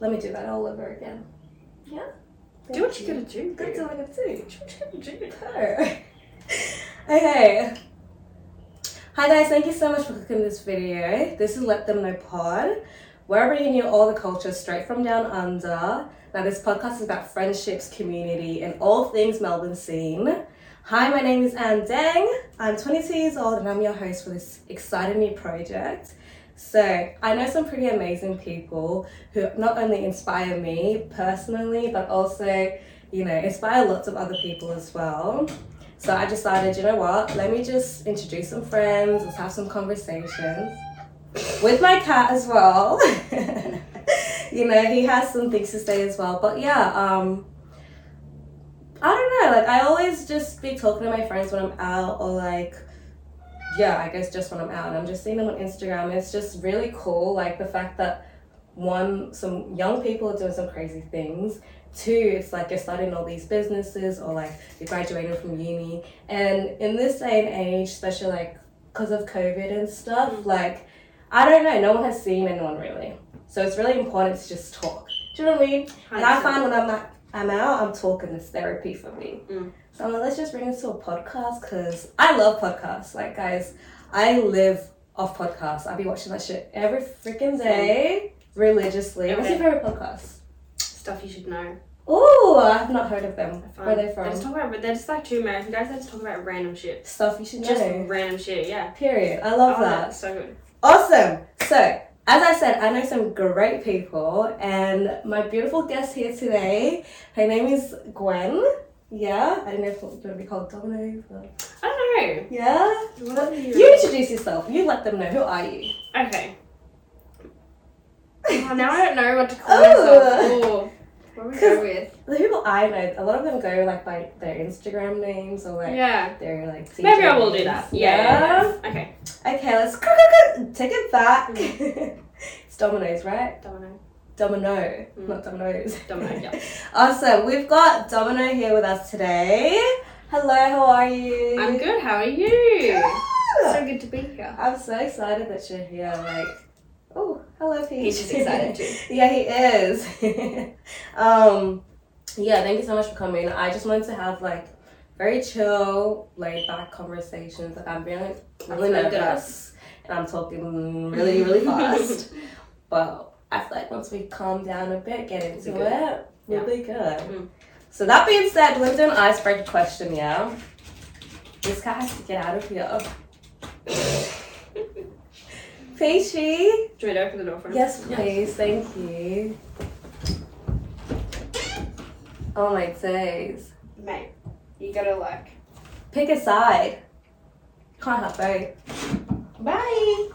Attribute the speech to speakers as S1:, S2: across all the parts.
S1: Let me do that all over again. Yeah?
S2: Do what you gotta do.
S1: That's all I gotta do.
S2: Do what you gotta do.
S1: Purr. okay. Hi guys, thank you so much for cooking this video. This is Let Them Know Pod. We're bringing you all the culture straight from down under. Now, this podcast is about friendships, community, and all things Melbourne scene. Hi, my name is Anne Deng. I'm 22 years old and I'm your host for this exciting new project. So, I know some pretty amazing people who not only inspire me personally, but also, you know, inspire lots of other people as well. So, I decided, you know what, let me just introduce some friends, let's have some conversations with my cat as well. you know, he has some things to say as well. But yeah, um, I don't know. Like, I always just be talking to my friends when I'm out, or like, yeah, I guess just when I'm out, and I'm just seeing them on Instagram. It's just really cool. Like the fact that one, some young people are doing some crazy things. Two, it's like you're starting all these businesses, or like you're graduating from uni, and in this day and age, especially like because of COVID and
S2: Mm-hmm.
S1: stuff, like I don't know. No one has seen anyone really, so it's really important to just talk. Do you know what I mean? And I find when I'm at, I'm out, I'm talking. It's therapy for me.
S2: Mm.
S1: So I'm like, let's just bring this to a podcast because I love podcasts. Like guys, I live off podcasts. I be watching that shit every freaking day religiously. What's your
S2: Okay.
S1: favorite podcast?
S2: Stuff you should know.
S1: Oh, I've not heard of them.
S2: I find-
S1: Where are they
S2: They just
S1: from?
S2: talk about. They're just like two American guys that just talk about random shit.
S1: Stuff you should know.
S2: Just random shit. Yeah.
S1: Period. I love
S2: Oh,
S1: that.
S2: that's so good.
S1: Awesome. So, as I said, I know some great people, and my beautiful guest here today, her name is Gwen. Yeah, I don't know if it's going to be called Domino. But
S2: I don't
S1: yeah.
S2: know. What are you?
S1: You introduce yourself. You let them know. Who are you?
S2: Okay. Oh, now I don't know what to call
S1: Oh.
S2: myself. Ooh. What would we go with?
S1: The people I know, a lot of them go like by their Instagram names or like
S2: Yeah.
S1: their like.
S2: Maybe
S1: DJ
S2: I will do
S1: names.
S2: that. Yeah. yeah, yeah. Okay.
S1: Okay, let's cr- cr- cr- take it back.
S2: Mm.
S1: it's Domino's, right?
S2: Domino.
S1: Domino, not
S2: Mm.
S1: Domino's.
S2: Domino. Yeah.
S1: Awesome. We've got Domino here with us today. Hello, how are you?
S2: I'm good. How are you?
S1: Good.
S2: good to be here.
S1: I'm so excited that you're here. Like, oh, hello, Pete.
S2: He's just excited too.
S1: yeah, he is. um, yeah, thank you so much for coming. I just wanted to have like very chill, laid back conversations. Like, I'm really, really
S2: really good.
S1: nervous and I'm talking really, really fast. but I feel like once we calm down a bit, get into
S2: We'll be good.
S1: it, we'll
S2: Yeah.
S1: be good.
S2: Mm.
S1: So that being said, let's do an icebreaker question, yeah? This cat has to get out of here. Peachy,
S2: Do you want me to open the door for him?
S1: yes please, thank you. Oh my days.
S2: Mate, you gotta like.
S1: Pick a side. Can't have both.
S2: Bye.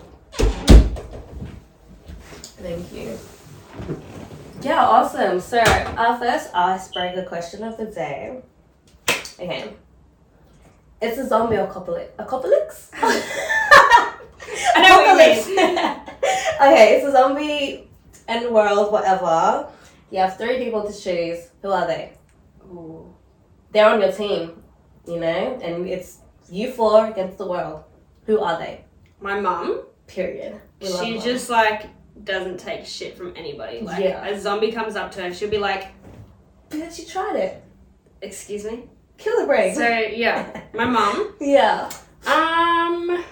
S1: Thank you. Yeah, awesome. So, our first icebreaker question of the day. Okay. It's a zombie acopoli- acopolix?
S2: I know what you mean.
S1: okay, it's a zombie and world, whatever. You have three people to choose. Who are they?
S2: Ooh.
S1: They're on your team, you know? And it's you four against the world. Who are they?
S2: My mum,
S1: Period. We love
S2: she
S1: one.
S2: just like doesn't take shit from anybody. Like
S1: Yeah.
S2: a zombie comes up to her, she'll be like,
S1: Because she tried it.
S2: "Excuse me."
S1: Kill the brain.
S2: So yeah, my mum.
S1: yeah.
S2: Um.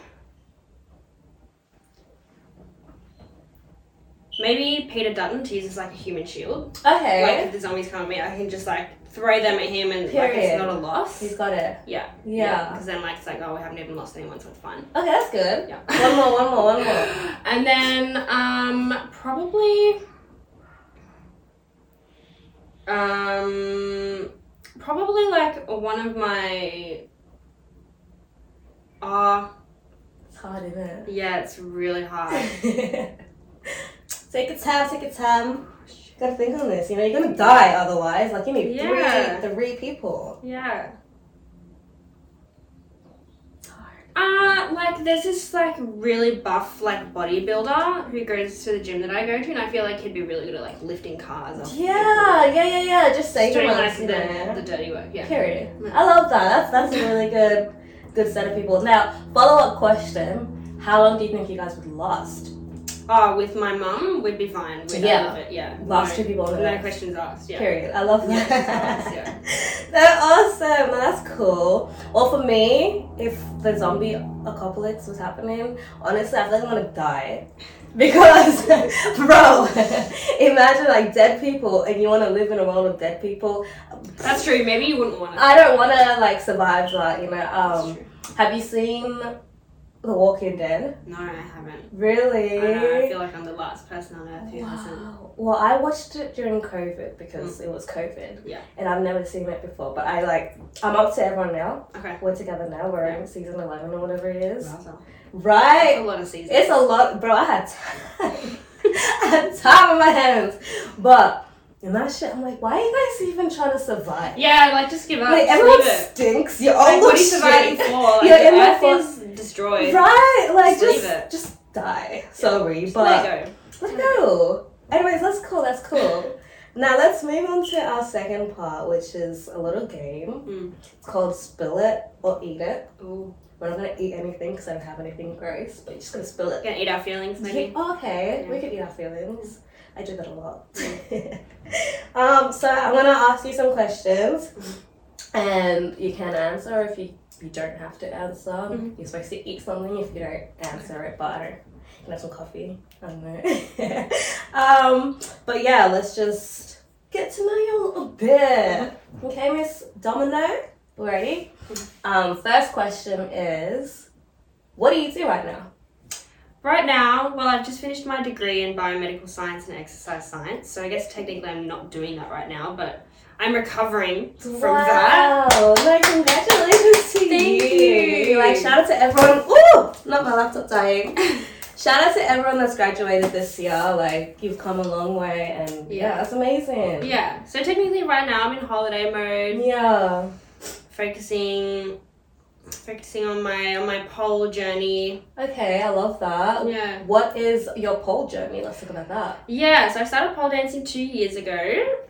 S2: Maybe Peter Dutton to use as like a human shield. Like
S1: Okay.
S2: if the zombies come at me, I can just like throw them at him and like
S1: Period.
S2: it's not a loss.
S1: He's got it.
S2: Yeah.
S1: Yeah.
S2: Because then like it's like oh we haven't even lost anyone, so it's fine.
S1: Okay, that's good.
S2: Yeah.
S1: One more, one more, one more.
S2: And then um probably um probably like one of my ah
S1: It's hard, isn't
S2: yeah it's really hard.
S1: it? take your time, take your time. Gotta think on this. You know, you're gonna die otherwise. Like, you need
S2: Yeah.
S1: three, three people.
S2: yeah. Uh, like there's this like really buff like bodybuilder who goes to the gym that I go to, and I feel like he'd be really good at like lifting cars. off
S1: Yeah, yeah, yeah, yeah. Just
S2: people.
S1: say
S2: doing
S1: them
S2: like
S1: us, you know.
S2: the, the dirty work. Yeah.
S1: Period. I love that. That's that's a really good good set of people. Now, follow up question. How long do you think you guys would last?
S2: oh, with my mum, we'd be fine. We'd
S1: Yeah.
S2: yeah. it. Yeah.
S1: Last
S2: no,
S1: two people on
S2: No
S1: earth.
S2: questions asked. Yeah.
S1: Period. I love
S2: Yeah,
S1: that.
S2: yeah.
S1: They're awesome. Well, that's cool. Well, for me, if the zombie apocalypse was happening, honestly, I feel like I'm gonna die. Because, bro, imagine like dead people and you want to live in a world of dead people.
S2: That's true. Maybe you wouldn't want it.
S1: I don't want to like survive that, you know.
S2: That's
S1: Um,
S2: true.
S1: have you seen The Walking Dead?
S2: No, I haven't.
S1: Really?
S2: I, know, I feel like I'm the last person on earth who hasn't. Mm.
S1: Wow. Well, I watched it during COVID because it was COVID.
S2: Yeah.
S1: And I've never seen it before, but I like, I'm up to everyone now.
S2: Okay.
S1: We're together now. We're in season 11 or whatever it is.
S2: Wow. That's
S1: Right?
S2: a lot of seasons.
S1: It's a lot, bro. I had time. I had time on my hands. But in that shit, I'm like, why are you guys even trying to survive?
S2: yeah, like just give up.
S1: like,
S2: just
S1: everyone
S2: leave it.
S1: stinks. You're all
S2: Like, what
S1: look
S2: are you surviving
S1: shit.
S2: for? Like,
S1: You're in
S2: the
S1: my
S2: earth
S1: fa-
S2: is destroyed.
S1: Right? Like,
S2: Just leave
S1: just,
S2: it.
S1: just die. Sorry,
S2: Just
S1: but.
S2: let it
S1: Let's go. Anyways, that's cool. That's cool. now let's move on to our second part, which is a little game.
S2: Mm.
S1: It's called Spill It or Eat It.
S2: go. Ooh.
S1: We're not gonna eat anything because I don't have anything gross, but you're just gonna spill it.
S2: Gonna eat our feelings, maybe.
S1: Yeah, oh, okay, we
S2: Yeah.
S1: could eat our feelings. I do that a lot. um, so I'm gonna ask you some questions,
S2: Mm-hmm.
S1: and you can answer if you you don't have to answer.
S2: Mhm.
S1: You're supposed to eat something if you don't answer it, but I don't. You can have some coffee. I don't know. um, but yeah, let's just get to know you a little bit. Okay, Miss Domino, ready?
S2: Mm-hmm.
S1: Um, first question is, what do you do right now?
S2: Right now, well, I've just finished my degree in biomedical science and exercise science, so I guess technically I'm not doing that right now, but I'm recovering from that.
S1: Wow! No, congratulations to
S2: Thank
S1: you.
S2: you.
S1: Like shout out to everyone. Ooh, not my laptop dying. shout out to everyone that's graduated this year. Like you've come a long way, and yeah,
S2: Yeah.
S1: that's amazing.
S2: Yeah, so technically right now I'm in holiday mode,
S1: Yeah.
S2: focusing focusing on my on my pole journey.
S1: Okay, I love that.
S2: Yeah.
S1: What is your pole journey? Let's talk about that.
S2: Yeah, so I started pole dancing 2 years ago.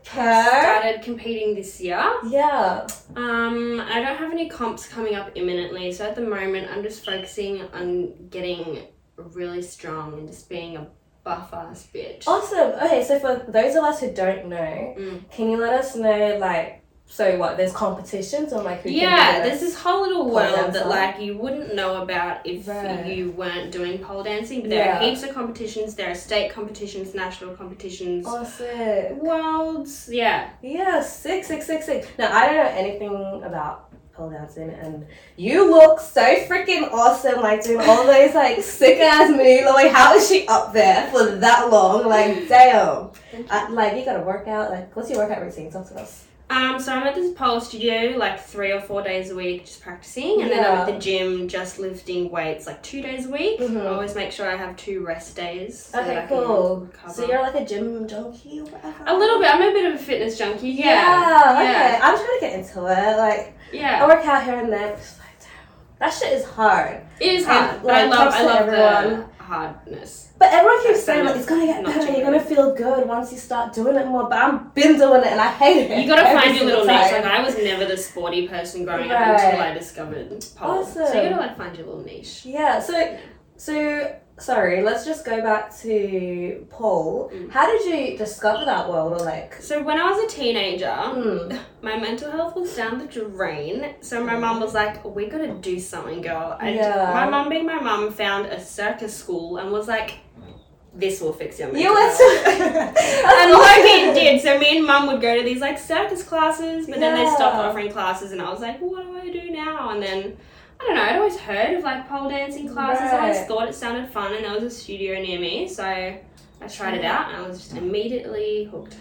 S1: Okay.
S2: Started competing this year.
S1: Yeah.
S2: Um, I don't have any comps coming up imminently, so at the moment I'm just focusing on getting really strong and just being a buff ass bitch.
S1: Awesome. Okay, so for those of us who don't know,
S2: Mm.
S1: can you let us know like so what? There's competitions or like who
S2: yeah,
S1: can do
S2: there's this whole little
S1: Pole
S2: world
S1: dancer.
S2: that like you wouldn't know about if
S1: Right.
S2: you weren't doing pole dancing. But there are
S1: Yeah.
S2: heaps of competitions. There are state competitions, national competitions,
S1: Awesome.
S2: worlds. Yeah,
S1: Yeah, six, six, six, six. Now I don't know anything about pole dancing, and you look so freaking awesome, like doing all those like sick ass moves. Like, how is she up there for that long? Like, damn. Uh, like, you got to work out. Like, what's your workout routine? Talk to us.
S2: Um, so I'm at this pole studio like three or four days a week just practicing, and then I'm at
S1: Yeah.
S2: the gym just lifting weights like two days a week.
S1: Mhm.
S2: I always make sure I have two rest days. so that I
S1: Okay,
S2: can
S1: cool.
S2: recover.
S1: So you're like a gym junkie or whatever.
S2: a little bit. I'm a bit of a fitness junkie.
S1: Yeah.
S2: Yeah.
S1: Okay. I'm trying to get into it. Like,
S2: Yeah.
S1: I work out here and there. but It's like, damn, that shit is hard.
S2: It is hard,
S1: And,
S2: but I
S1: Oh, like,
S2: love.
S1: props
S2: I
S1: to
S2: love
S1: everyone.
S2: the hardness.
S1: But everyone keeps
S2: That's
S1: saying
S2: not-
S1: like it's gonna get
S2: not
S1: better,
S2: doing
S1: you're gonna feel good once you start doing it more. But I've been doing it and I hate it.
S2: You gotta
S1: every
S2: find your
S1: single
S2: little niche.
S1: time.
S2: Like I was never the sporty person growing
S1: Right.
S2: up until I discovered pole. So
S1: Awesome.
S2: you gotta like find your little niche.
S1: yeah. So, so sorry. Let's just go back to Paul.
S2: Mm.
S1: How did you discover that world or like?
S2: So when I was a teenager,
S1: Hmm.
S2: my mental health was down the drain. So my mum was like, "We gotta do something, girl." And
S1: Yeah.
S2: my mum, being my mum, found a circus school and was like, "This will fix your mental
S1: You were
S2: health."
S1: so.
S2: and
S1: and
S2: like it did. So me and mum would go to these like circus classes, but then they stopped
S1: Yeah.
S2: offering classes, and I was like, "What do I do now?" And then. I don't know, I'd always heard of like pole dancing classes. I always
S1: Right.
S2: thought it sounded fun, and there was a studio near me, so I tried it out and I was just immediately hooked.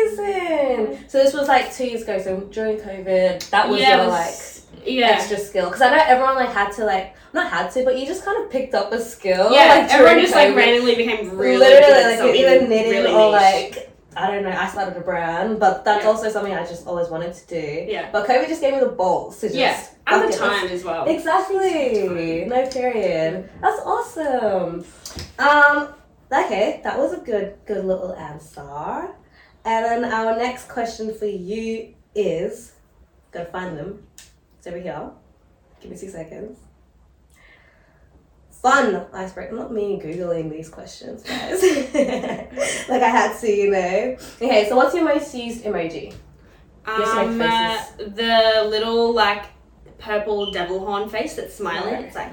S1: Amazing. So this was like two years ago. So during COVID, that was
S2: Yeah,
S1: your
S2: it
S1: like
S2: was- yeah.
S1: extra skill because I know everyone like had to like not had to, but you just kind of picked up a skill.
S2: Yeah,
S1: Oh, like,
S2: everyone
S1: during
S2: just like
S1: COVID.
S2: randomly became really good
S1: literally
S2: at
S1: like
S2: something
S1: you're either knitting
S2: really
S1: or
S2: niche.
S1: like I don't know. I started a brand, but that's
S2: Yeah.
S1: also something I just always wanted to do.
S2: yeah,
S1: But COVID just gave me the balls to just
S2: Yeah,
S1: fuck
S2: and the
S1: it, let's-
S2: time as well.
S1: Exactly. No period. That's awesome. Um. Okay, that was a good good little answer. And then our next question for you is, gotta find them. It's over here. Give me two seconds. fun icebreaker. I'm not mean googling these questions, guys. like I had to, you know. Okay, so what's your most used emoji? Yes, like
S2: Um, uh, the little like purple devil horn face that's smiling.
S1: Yeah.
S2: It's like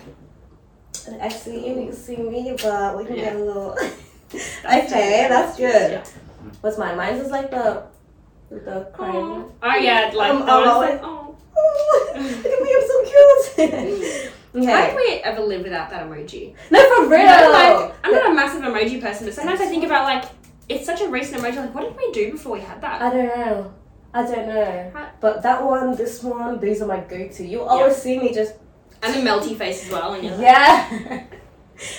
S1: I see you, you see me, but we can get a little.
S2: that's
S1: okay, that's good.
S2: Yeah.
S1: What's mine? Mine's is like the the crying. one.
S2: Oh yeah, like
S1: Um,
S2: that
S1: oh,
S2: one's like, oh.
S1: Oh, look at me, I'm so cute.
S2: How can
S1: okay.
S2: we ever live without that emoji?
S1: No, for real.
S2: You know, like, I'm not a massive emoji person, but sometimes I think about like it's such a recent emoji. Like, what did we do before we had that?
S1: I don't know. I don't know.
S2: Right.
S1: But that one, this one, these are my go-to. You always see me just
S2: And the melty face as well. And you're like,
S1: yeah.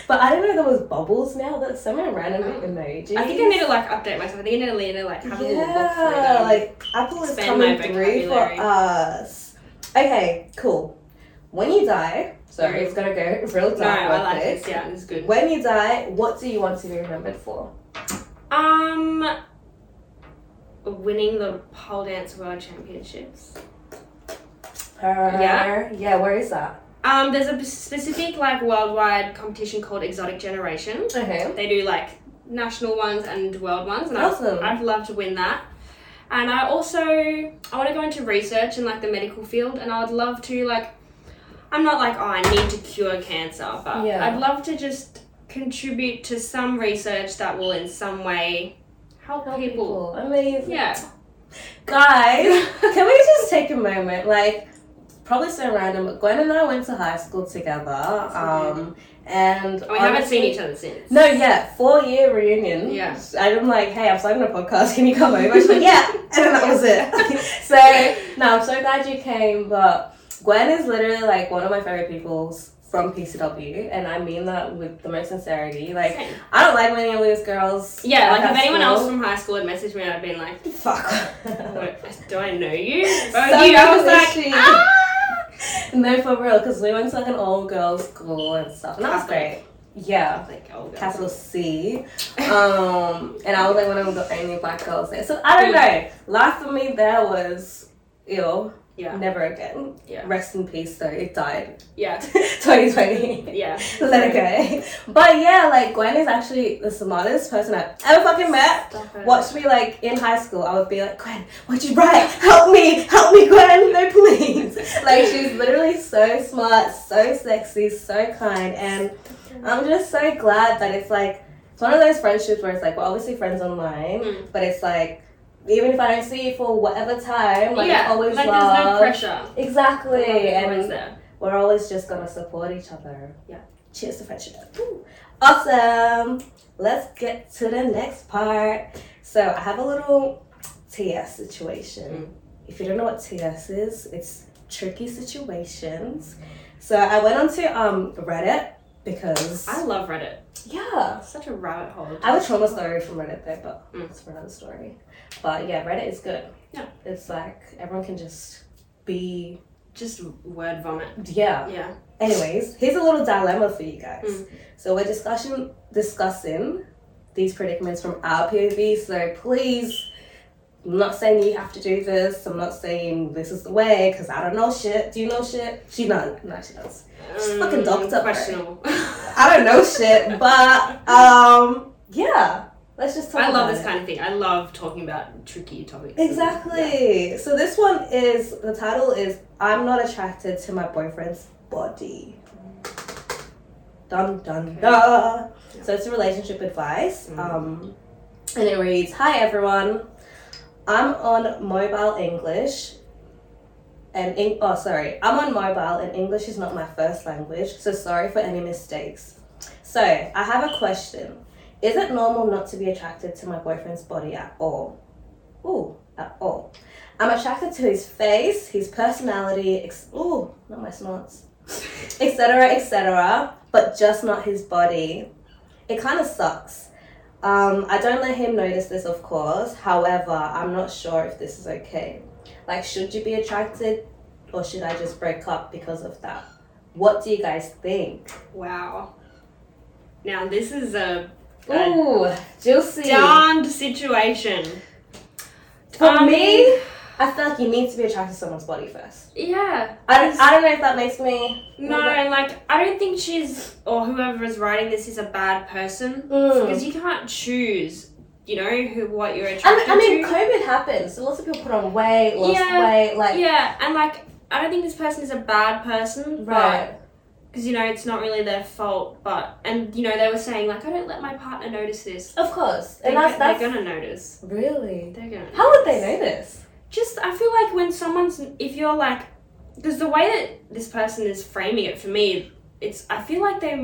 S1: but I didn't know there was bubbles now. That's so many random
S2: Oh.
S1: emojis.
S2: I think I need to like update myself. I think I need to like have a little look through
S1: yeah,
S2: them.
S1: like Apple is
S2: Expand
S1: coming
S2: my
S1: through for
S2: vocabulary.
S1: us. Okay, cool. When you die, so
S2: Sorry.
S1: it's gonna go real dark.
S2: no, I
S1: with
S2: like this. Yeah, it's good.
S1: When you die, what do you want to be remembered for?
S2: Um, winning the pole dance world championships. Yeah.
S1: Yeah. Where is that?
S2: Um, there's a specific like worldwide competition called Exotic Generation.
S1: Okay.
S2: They do like national ones and world ones, and
S1: Awesome.
S2: I, I'd love to win that. And I also I want to go into research in like the medical field, and I'd love to like. I'm not like oh I need to cure cancer, but
S1: Yeah.
S2: I'd love to just contribute to some research that will in some way help,
S1: Help
S2: people.
S1: people. Amazing.
S2: Yeah.
S1: Guys, can we just take a moment? Like, probably so random, but Gwen and I went to high school together. Um, and
S2: We haven't seen
S1: honestly-
S2: each other since.
S1: No, yeah, four year reunion.
S2: Yeah.
S1: And I'm like, hey, I'm starting a podcast. Can you come over? She's like, yeah. And then that was it. so, no, I'm so glad you came. But Gwen is literally like one of my favorite people from PCW. And I mean that with the most sincerity. Like,
S2: Same.
S1: I don't like winning and lose girls.
S2: Yeah, like
S1: at
S2: if anyone
S1: school.
S2: else from high school had messaged me, I'd been like,
S1: Fuck.
S2: "What? do I know you?
S1: So
S2: But you, I was
S1: nosy.
S2: like, ah!
S1: No, for real, because we went to like an all girls school and stuff. And that was great.
S2: I
S1: Yeah.
S2: was like, oh, God.
S1: Capital C. Um, and I was like one of the only black girls there. So I don't know. Life for me there was ill.
S2: Mm-hmm. Yeah.
S1: Never again.
S2: Yeah.
S1: Rest in peace though. It died.
S2: Yeah,
S1: 2020.
S2: yeah.
S1: Let it go. But yeah, like Gwen is actually the smartest person I've ever fucking met.
S2: Stop it.
S1: Watch me like in high school, I would be like, Gwen, what you write? Help me, help me, Gwen, no please. like she's literally so smart, so sexy, so kind, and I'm just so glad that it's like it's one of those friendships where it's like we're obviously friends online,
S2: Mm.
S1: but it's like even if I don't see you for whatever time, like
S2: yeah,
S1: it's always
S2: like
S1: love.
S2: there's no pressure.
S1: Exactly,
S2: There's always
S1: and
S2: there.
S1: we're always just gonna support each other.
S2: Yeah.
S1: Cheers to friendship. Woo. Awesome. Let's get to the next part. So I have a little TS
S2: Mm.
S1: situation. If you don't know what TS is, it's tricky situations. So I went onto um Reddit because
S2: I love Reddit.
S1: yeah.
S2: It's such a rabbit hole.
S1: I have a trauma story from Reddit though, but
S2: Mm.
S1: that's for another story. But yeah, Reddit is good.
S2: Yeah.
S1: It's like everyone can just be
S2: Just word vomit.
S1: yeah.
S2: Yeah.
S1: Anyways, here's a little dilemma for you guys.
S2: Mm.
S1: So we're discussing discussing these predicaments from our POV. So please, I'm not saying you have to do this. I'm not saying this is the way because I don't know shit. Do you know shit? She knows. No, she knows. She's fucking doctor, bro.
S2: Mm, Questionable. I,
S1: I don't know shit, but um, yeah. Let's just talk.
S2: love
S1: about
S2: this
S1: it.
S2: kind of thing. I love talking about tricky topics.
S1: Exactly. So this one is the title is I'm not attracted to my boyfriend's body. Dun dun
S2: Okay.
S1: dun. So it's a relationship advice. Um, and it reads, "Hi everyone, I'm on mobile English." And Eng- oh, sorry, I'm on mobile and English is not my first language, so sorry for any mistakes. So I have a question: Is it normal not to be attracted to my boyfriend's body at all? Ooh, at all. I'm attracted to his face, his personality, ex- ooh, not my smarts, etc., etc., but just not his body. It kind of sucks. Um, I don't let him notice this, of course. However, I'm not sure if this is okay. Like, should you be attracted or should I just break up because of that? What do you guys think?
S2: Wow. Now this is a a
S1: Ooh, juicy.
S2: darned situation.
S1: For
S2: Um,
S1: me, I feel like you need to be attracted to someone's body first.
S2: Yeah.
S1: I don't, I don't know if that makes me.
S2: No, and like I don't think she's or whoever is writing this is a bad person
S1: Mm.
S2: because you can't choose, you know, who what you're
S1: I
S2: attracted
S1: mean, I mean,
S2: to.
S1: COVID happened, so lots of people put on weight, lost
S2: Yeah.
S1: weight, like
S2: yeah, and like I don't think this person is a bad person,
S1: right.
S2: Because you know it's not really their fault, but and you know they were saying like I don't let my partner notice this.
S1: Of course,
S2: They,
S1: and that's that's
S2: they're gonna notice.
S1: really.
S2: They're gonna.
S1: How would they know this?
S2: Just I feel like when someone's if you're like because the way that this person is framing it for me, it's I feel like they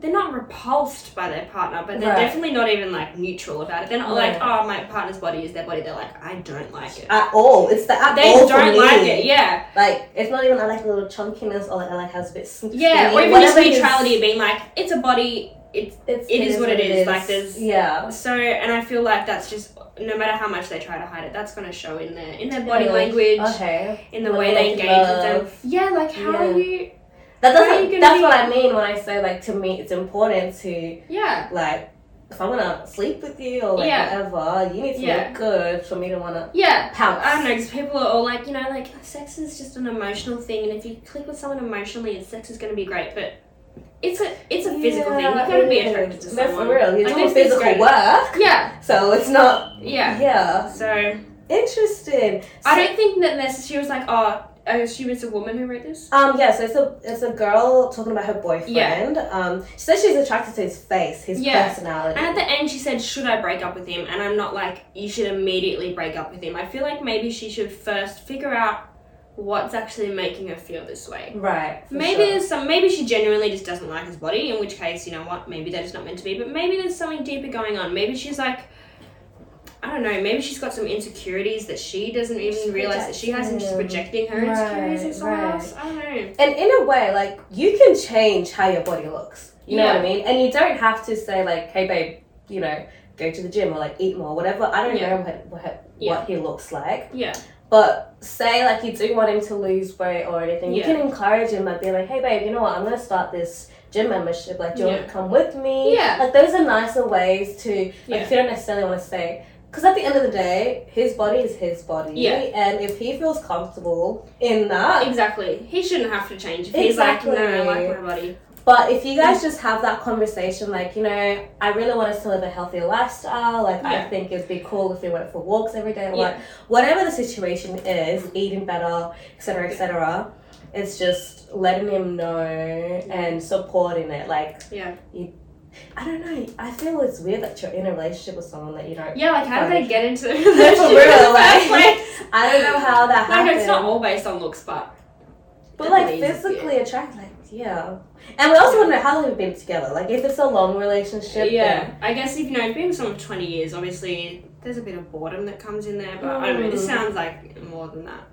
S2: they're not repulsed by their partner, but they're
S1: Right.
S2: definitely not even like neutral about it. They're not like oh my partner's body is their body. They're like I don't like it.
S1: At all, it's the at
S2: They
S1: all for
S2: don't
S1: me.
S2: like it. Yeah.
S1: Like it's not even I like a little chunkiness or like I like how it's a bit skinny.
S2: Yeah, or even just
S1: whatever it is,
S2: neutrality being like, it's a body. It's
S1: It's,
S2: It is what it is, like, there's-
S1: yeah.
S2: so, and I feel like that's just no matter how much they try to hide it, that's going to show in their in their body
S1: Yeah, like,
S2: language,
S1: Okay,
S2: in the
S1: what they
S2: way they
S1: like,
S2: engage
S1: love.
S2: with them. Yeah, like how
S1: Yeah.
S2: are you?
S1: that
S2: How are you
S1: doesn't.
S2: gonna
S1: That's
S2: be-
S1: what I mean when I say like to me, it's important to
S2: Yeah,
S1: like if I'm gonna sleep with you or like
S2: Yeah.
S1: whatever, you need to
S2: Yeah.
S1: look good for me to wanna
S2: yeah.
S1: pounce.
S2: I don't know, 'cause people are all like, you know, like sex is just an emotional thing, and if you click with someone emotionally, and sex is going to be great, but. It's a it's a physical thing. You
S1: Yeah,
S2: gotta be
S1: it is.
S2: attracted to
S1: No,
S2: someone.
S1: for real. You're
S2: Like,
S1: doing
S2: this is
S1: physical
S2: great.
S1: work,
S2: Yeah,
S1: so it's not.
S2: yeah.
S1: yeah.
S2: So
S1: Interesting.
S2: I don't think that this. She was like, oh, I assume it's a woman who wrote this.
S1: Um, yeah, so it's a it's a girl talking about her boyfriend.
S2: Yeah.
S1: Um, she says she's attracted to his face, his
S2: Yeah.
S1: personality.
S2: And at the end, she said, should I break up with him? And I'm not like, you should immediately break up with him. I feel like maybe she should first figure out what's actually making her feel this way.
S1: right. for
S2: Maybe
S1: sure.
S2: there's some. Maybe she genuinely just doesn't like his body. In which case, you know what? Maybe they're just not meant to be. But maybe there's something deeper going on. Maybe she's like, I don't know. Maybe she's got some insecurities that she doesn't even
S1: She's
S2: realize that she has, and she's
S1: projecting.
S2: projecting her
S1: Right,
S2: insecurities on someone
S1: right.
S2: else. I don't know.
S1: And in a way, like you can change how your body looks. You know what I
S2: Yeah.
S1: mean? And you don't have to say like, "Hey, babe, you know, go to the gym or like eat more, whatever." I don't
S2: Yeah.
S1: know what what,
S2: Yeah.
S1: what he looks like,
S2: Yeah,
S1: but say like you do want him to lose weight or anything, you
S2: Yeah.
S1: can encourage him by being like, "Hey, babe, you know what? I'm gonna start this." Gym membership, like, do you want to come with me?
S2: Yeah.
S1: Like, those are nicer ways to Like,
S2: yeah.
S1: if you don't necessarily want to stay. Because at the end of the day, his body is his body.
S2: Yeah.
S1: And if he feels comfortable in that,
S2: Exactly. He shouldn't have to change if he's like, no, I
S1: Exactly.
S2: like my body.
S1: but if you guys just have that conversation, like, you know, I really want us to live a healthier lifestyle. Like, I
S2: Yeah.
S1: think it'd be cool if we went for walks every day. Or
S2: Yeah.
S1: like, whatever the situation is, eating better, etc., etc. It's just letting him know and supporting it. Like,
S2: Yeah.
S1: you, I don't know. I feel it's weird that you're in a relationship with someone that you don't
S2: Yeah, like how did
S1: Sorry.
S2: they get into this?
S1: For real, like,
S2: like,
S1: I don't know how that happened.
S2: like it's not all based on looks, but
S1: But like
S2: Definitely easy,
S1: physically attracted, like yeah. And we also want to know how long we've been together. Like if it's a long
S2: yeah.
S1: relationship, then-
S2: I guess if you know, being with someone for twenty years, obviously there's a bit of boredom that comes in there. But I don't know. This
S1: Mm.
S2: sounds like more than that.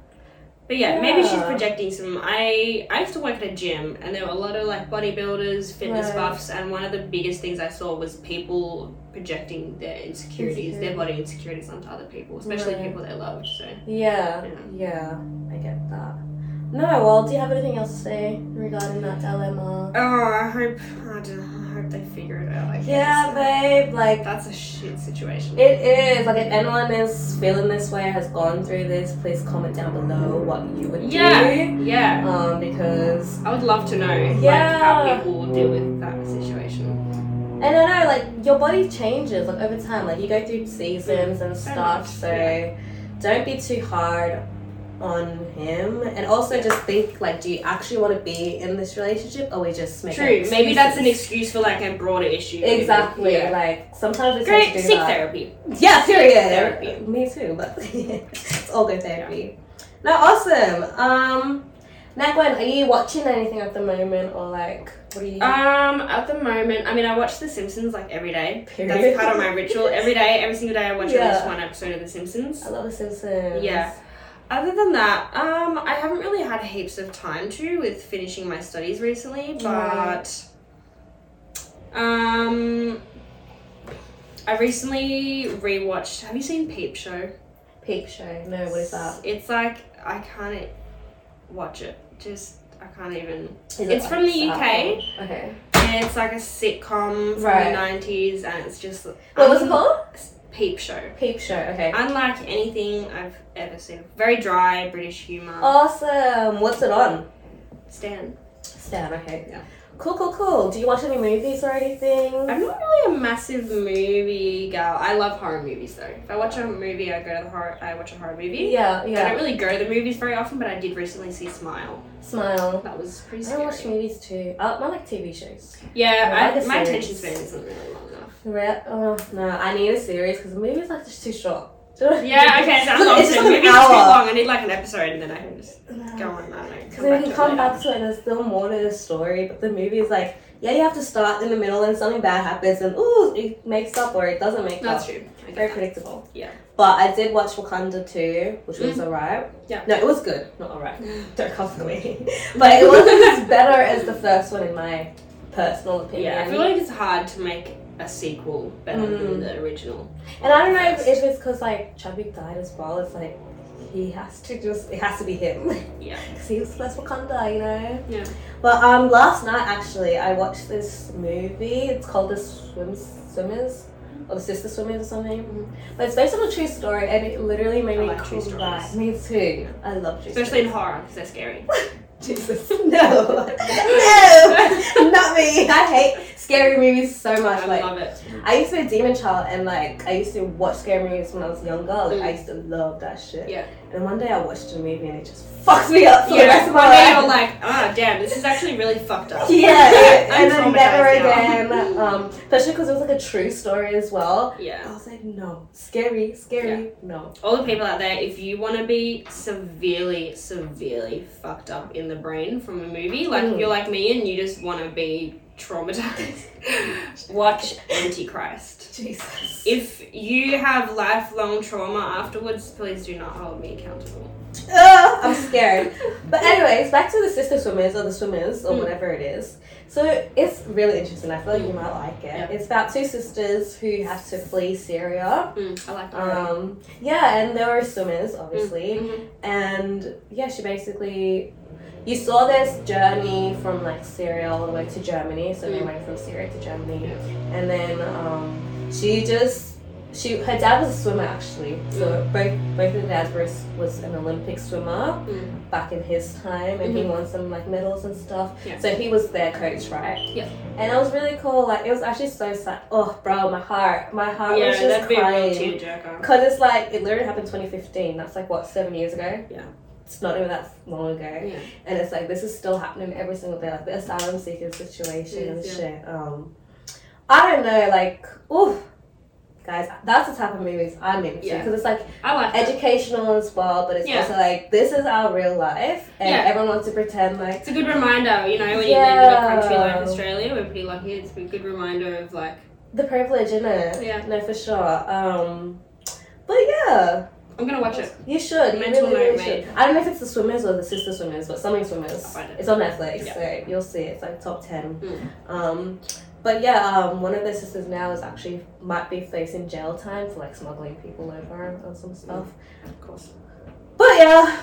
S2: But yeah, maybe she's
S1: Yeah.
S2: projecting some. I I used to work at a gym, and there were a lot of like bodybuilders, fitness
S1: Right.
S2: buffs, and one of the biggest things I saw was people projecting their insecurities, their body insecurities onto other people, especially
S1: Right.
S2: people they loved. So
S1: yeah,
S2: yeah.
S1: yeah, I get that. No, well, do you have anything else to say regarding that dilemma?
S2: Oh, I hope I, don't, I hope they figure it out. I guess.
S1: Yeah, babe, like
S2: That's a shit situation.
S1: it is. Like if anyone is feeling this way, has gone through this, please comment down below what you would
S2: yeah,
S1: do.
S2: yeah.
S1: Um, because
S2: I would love to know like
S1: Yeah.
S2: how people will deal with that situation.
S1: and I know like your body changes like over time. Like you go through seasons and stuff,
S2: much,
S1: so
S2: yeah.
S1: don't be too hard on him. And also just think like, do you actually want to be in this relationship, or we just make
S2: True. Maybe that's an
S1: excuses?
S2: excuse for like a broader issue.
S1: exactly
S2: Yeah.
S1: like sometimes it's
S2: Great.
S1: to do
S2: Seek
S1: that.
S2: therapy.
S1: Yeah, period.
S2: Therapy.
S1: Me too, but it's all good therapy. No, awesome. Um, now Gwen, are you watching anything at the moment, or like what are you?
S2: Um, at the moment, I mean, I watch The Simpsons like every day.
S1: Period.
S2: That's part of my ritual. Every day, every single day, I watch
S1: Yeah.
S2: at least one episode of The Simpsons.
S1: I love The Simpsons.
S2: Yeah. Other than that, um, I haven't really had heaps of time to with finishing my studies recently, but um, I recently rewatched. Have you seen Peep Show?
S1: Peep Show. No, what is that?
S2: It's like I can't e-, watch it. Just I can't even.
S1: Is it
S2: It's
S1: like
S2: from the
S1: that?
S2: UK.
S1: Okay.
S2: And it's like a sitcom from
S1: Right.
S2: the nineties, and it's just
S1: What was it
S2: um,
S1: called?
S2: Peep Show.
S1: Peep show. Okay.
S2: Unlike anything I've ever seen. Very dry British humour.
S1: Oh. Awesome. What's it on?
S2: Stan.
S1: Stan. Okay.
S2: Yeah.
S1: Cool, cool, cool. Do you watch any movies or anything?
S2: I'm not really a massive movie gal. I love horror movies though. If I watch a movie, I go to the horror. I watch a horror movie.
S1: yeah,
S2: I
S1: yeah.
S2: don't really go to the movies very often, but I did recently see Smile.
S1: Smile.
S2: That was pretty
S1: I
S2: scary.
S1: don't watch movies too. Uh, I like TV shows. I
S2: Yeah,
S1: like
S2: I,
S1: the
S2: my
S1: series.
S2: attention span isn't really long enough.
S1: Re- oh, no, I need a series because movies are just too short. Do you know what I
S2: Yeah,
S1: mean?
S2: okay, sounds
S1: It's
S2: long.
S1: just
S2: So
S1: an
S2: maybe it's too
S1: hour.
S2: long. I need like an episode, and then I can just go on. I don't know.
S1: Because then you
S2: it
S1: can come
S2: later.
S1: back to it and there's still more to the story, but the movie is like, yeah, you have to start in the middle and something bad happens and ooh, it makes up or it doesn't make
S2: No, That's
S1: up.
S2: true. I get
S1: Very
S2: that.
S1: predictable.
S2: Yeah. Mm.
S1: But I did watch Wakanda too, which was alright.
S2: Yeah.
S1: No, it was good. Not alright. Don't cough at me. but it wasn't as better as the first one in my personal opinion.
S2: Yeah, I feel like it's hard to make a sequel better
S1: Mm.
S2: than the original.
S1: And I don't know if, if it's because like Chadwick died as well. It's like he has to just it has to be him.
S2: Yeah.
S1: Because he was the first Wakanda, you know.
S2: Yeah.
S1: But um, last night actually, I watched this movie. It's called The Swim Swimmers. Or the Sister Swimmers or something. But it's based on a true story and it literally made
S2: Mm-hmm. I
S1: me
S2: like true
S1: cry.
S2: stories.
S1: Me too. I love true
S2: Especially in
S1: stories.
S2: horror, because they're scary.
S1: Jesus. No. no! Not me. I hate scary movies so much.
S2: I
S1: like
S2: love it.
S1: I used to be a demon child and like I used to watch scary movies when I was younger. Like I
S2: Mm.
S1: used to love that shit.
S2: Yeah.
S1: And one day I watched a movie and it just fucked me up for the rest of my
S2: one day you're
S1: life.
S2: like, ah, damn, this is actually really fucked up.
S1: yeah.
S2: I'm
S1: and then never
S2: traumatized
S1: again.
S2: now.
S1: Um, especially because it was like a true story as well. I
S2: Yeah.
S1: was like, no, scary, scary, no.
S2: All the people out there, if you want to be severely, severely fucked up in the brain from a movie, like
S1: Mm.
S2: if you're like me and you just want to be traumatized, watch Antichrist.
S1: Jesus.
S2: If you have lifelong trauma afterwards, please do not hold me accountable.
S1: Ugh, I'm scared. But anyways, back to the sister swimmers or the swimmers or
S2: Mm.
S1: whatever it is. So it's really interesting. I feel like you might like it.
S2: Yep.
S1: It's about two sisters who have to flee Syria.
S2: Mm, I like that.
S1: Um, yeah, and there were swimmers, obviously.
S2: Mhm.
S1: And yeah, she basically, you saw this journey from like Syria all the way to Germany. So they
S2: Mm.
S1: went from Syria to Germany,
S2: Yeah.
S1: and then um, she just she her dad was a swimmer actually. So both both of the dads were was an Olympic swimmer
S2: Mm.
S1: back in his time, and he
S2: Mhm.
S1: won some like medals and stuff.
S2: Yeah.
S1: So he was their coach, right?
S2: Yeah.
S1: And it was really cool. Like it was actually so sad. Oh, bro, my heart, my heart
S2: yeah,
S1: was just
S2: that'd be a
S1: crying.
S2: real tearjerker.
S1: Cause it's like it literally happened 2015. That's like what seven years ago.
S2: Yeah.
S1: It's not even that long ago,
S2: Yeah.
S1: and it's like this is still happening every single day. Like the asylum seeker situation and
S2: Yes, yeah.
S1: shit. Um, I don't know. Like, oof, guys, that's the type of movies I'm into
S2: Yeah.
S1: because it's like
S2: I like that.
S1: educational as well, but it's
S2: Yeah.
S1: also like this is our real life, and
S2: Yeah.
S1: everyone wants to pretend like
S2: It's a good reminder, you know, when
S1: Yeah.
S2: you live in a country like Australia, we're pretty lucky. It's a good reminder of like,
S1: the privilege, innit?
S2: Yeah.
S1: No, for sure. Um, but yeah,
S2: I'm gonna watch it.
S1: you should. You
S2: Mental
S1: really, really
S2: note
S1: should.
S2: made.
S1: I don't know if it's the swimmers or the sister swimmers, but something swimmers.
S2: I'll find it.
S1: It's on Netflix,
S2: Yeah.
S1: so you'll see. It's like top ten.
S2: Mm.
S1: Um, but yeah, um, one of the sisters now is actually might be facing jail time for like smuggling people over or some stuff.
S2: Of course.
S1: But yeah,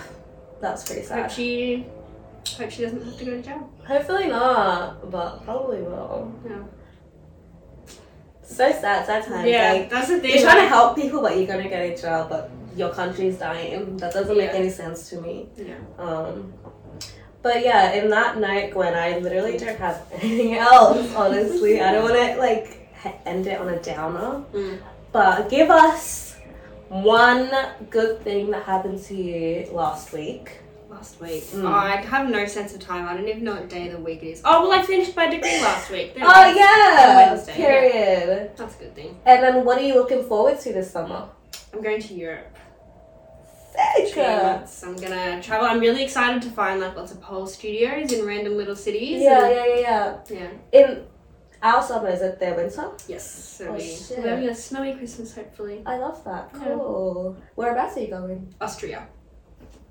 S1: that's pretty
S2: Hope
S1: sad.
S2: she, hope she doesn't have to go to jail.
S1: Hopefully not, but probably will.
S2: Yeah.
S1: So sad sometimes. Like,
S2: that's the thing.
S1: you're trying to help people, but you're gonna get in jail. But your country's dying. That doesn't make
S2: Yeah.
S1: any sense to me.
S2: Yeah.
S1: Um, but yeah, in that night, Gwen, I literally don't have anything else. Honestly, I don't want to like he- end it on a downer.
S2: Mm.
S1: But give us one good thing that happened to you last week.
S2: Last week,
S1: Mm.
S2: oh, I have no sense of time. I don't even know what day of the week it is. Oh, well, I finished my degree last week. There
S1: Oh
S2: it is.
S1: yeah,
S2: Wednesday, yeah.
S1: period.
S2: that's a good thing.
S1: And then, what are you looking forward to this summer?
S2: I'm going to Europe.
S1: Sick.
S2: Two months. I'm gonna travel. I'm really excited to find like lots of pole studios in random little cities.
S1: Yeah,
S2: and-
S1: yeah, yeah, yeah.
S2: yeah.
S1: In our summer, is it their winter?
S2: Yes. So
S1: Oh,
S2: we,
S1: shit.
S2: we're having a snowy Christmas, hopefully.
S1: I love that.
S2: Yeah.
S1: Cool. Whereabouts are you going?
S2: Austria.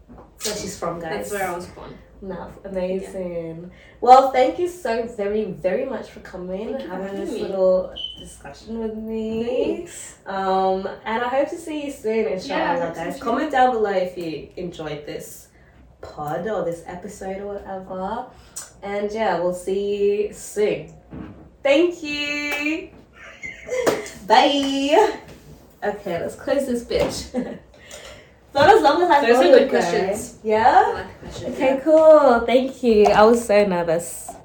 S1: Where she's from, guys.
S2: That's where I was born.
S1: No, amazing. Well, thank you so very, very much for coming and
S2: Thank you for
S1: having
S2: having
S1: this
S2: me.
S1: little discussion with me. Um, and I hope to see you soon,
S2: Yeah, I
S1: inshallah,
S2: hope so
S1: guys.
S2: too.
S1: Comment down below if you enjoyed this pod or this episode or whatever. And yeah, we'll see you soon. Thank you. Bye. Okay, let's close this bitch. Not as long as I
S2: Those are
S1: thought it
S2: good
S1: would go.
S2: questions.
S1: Yeah?
S2: I like the question.
S1: Okay, cool. Thank you. I was so nervous.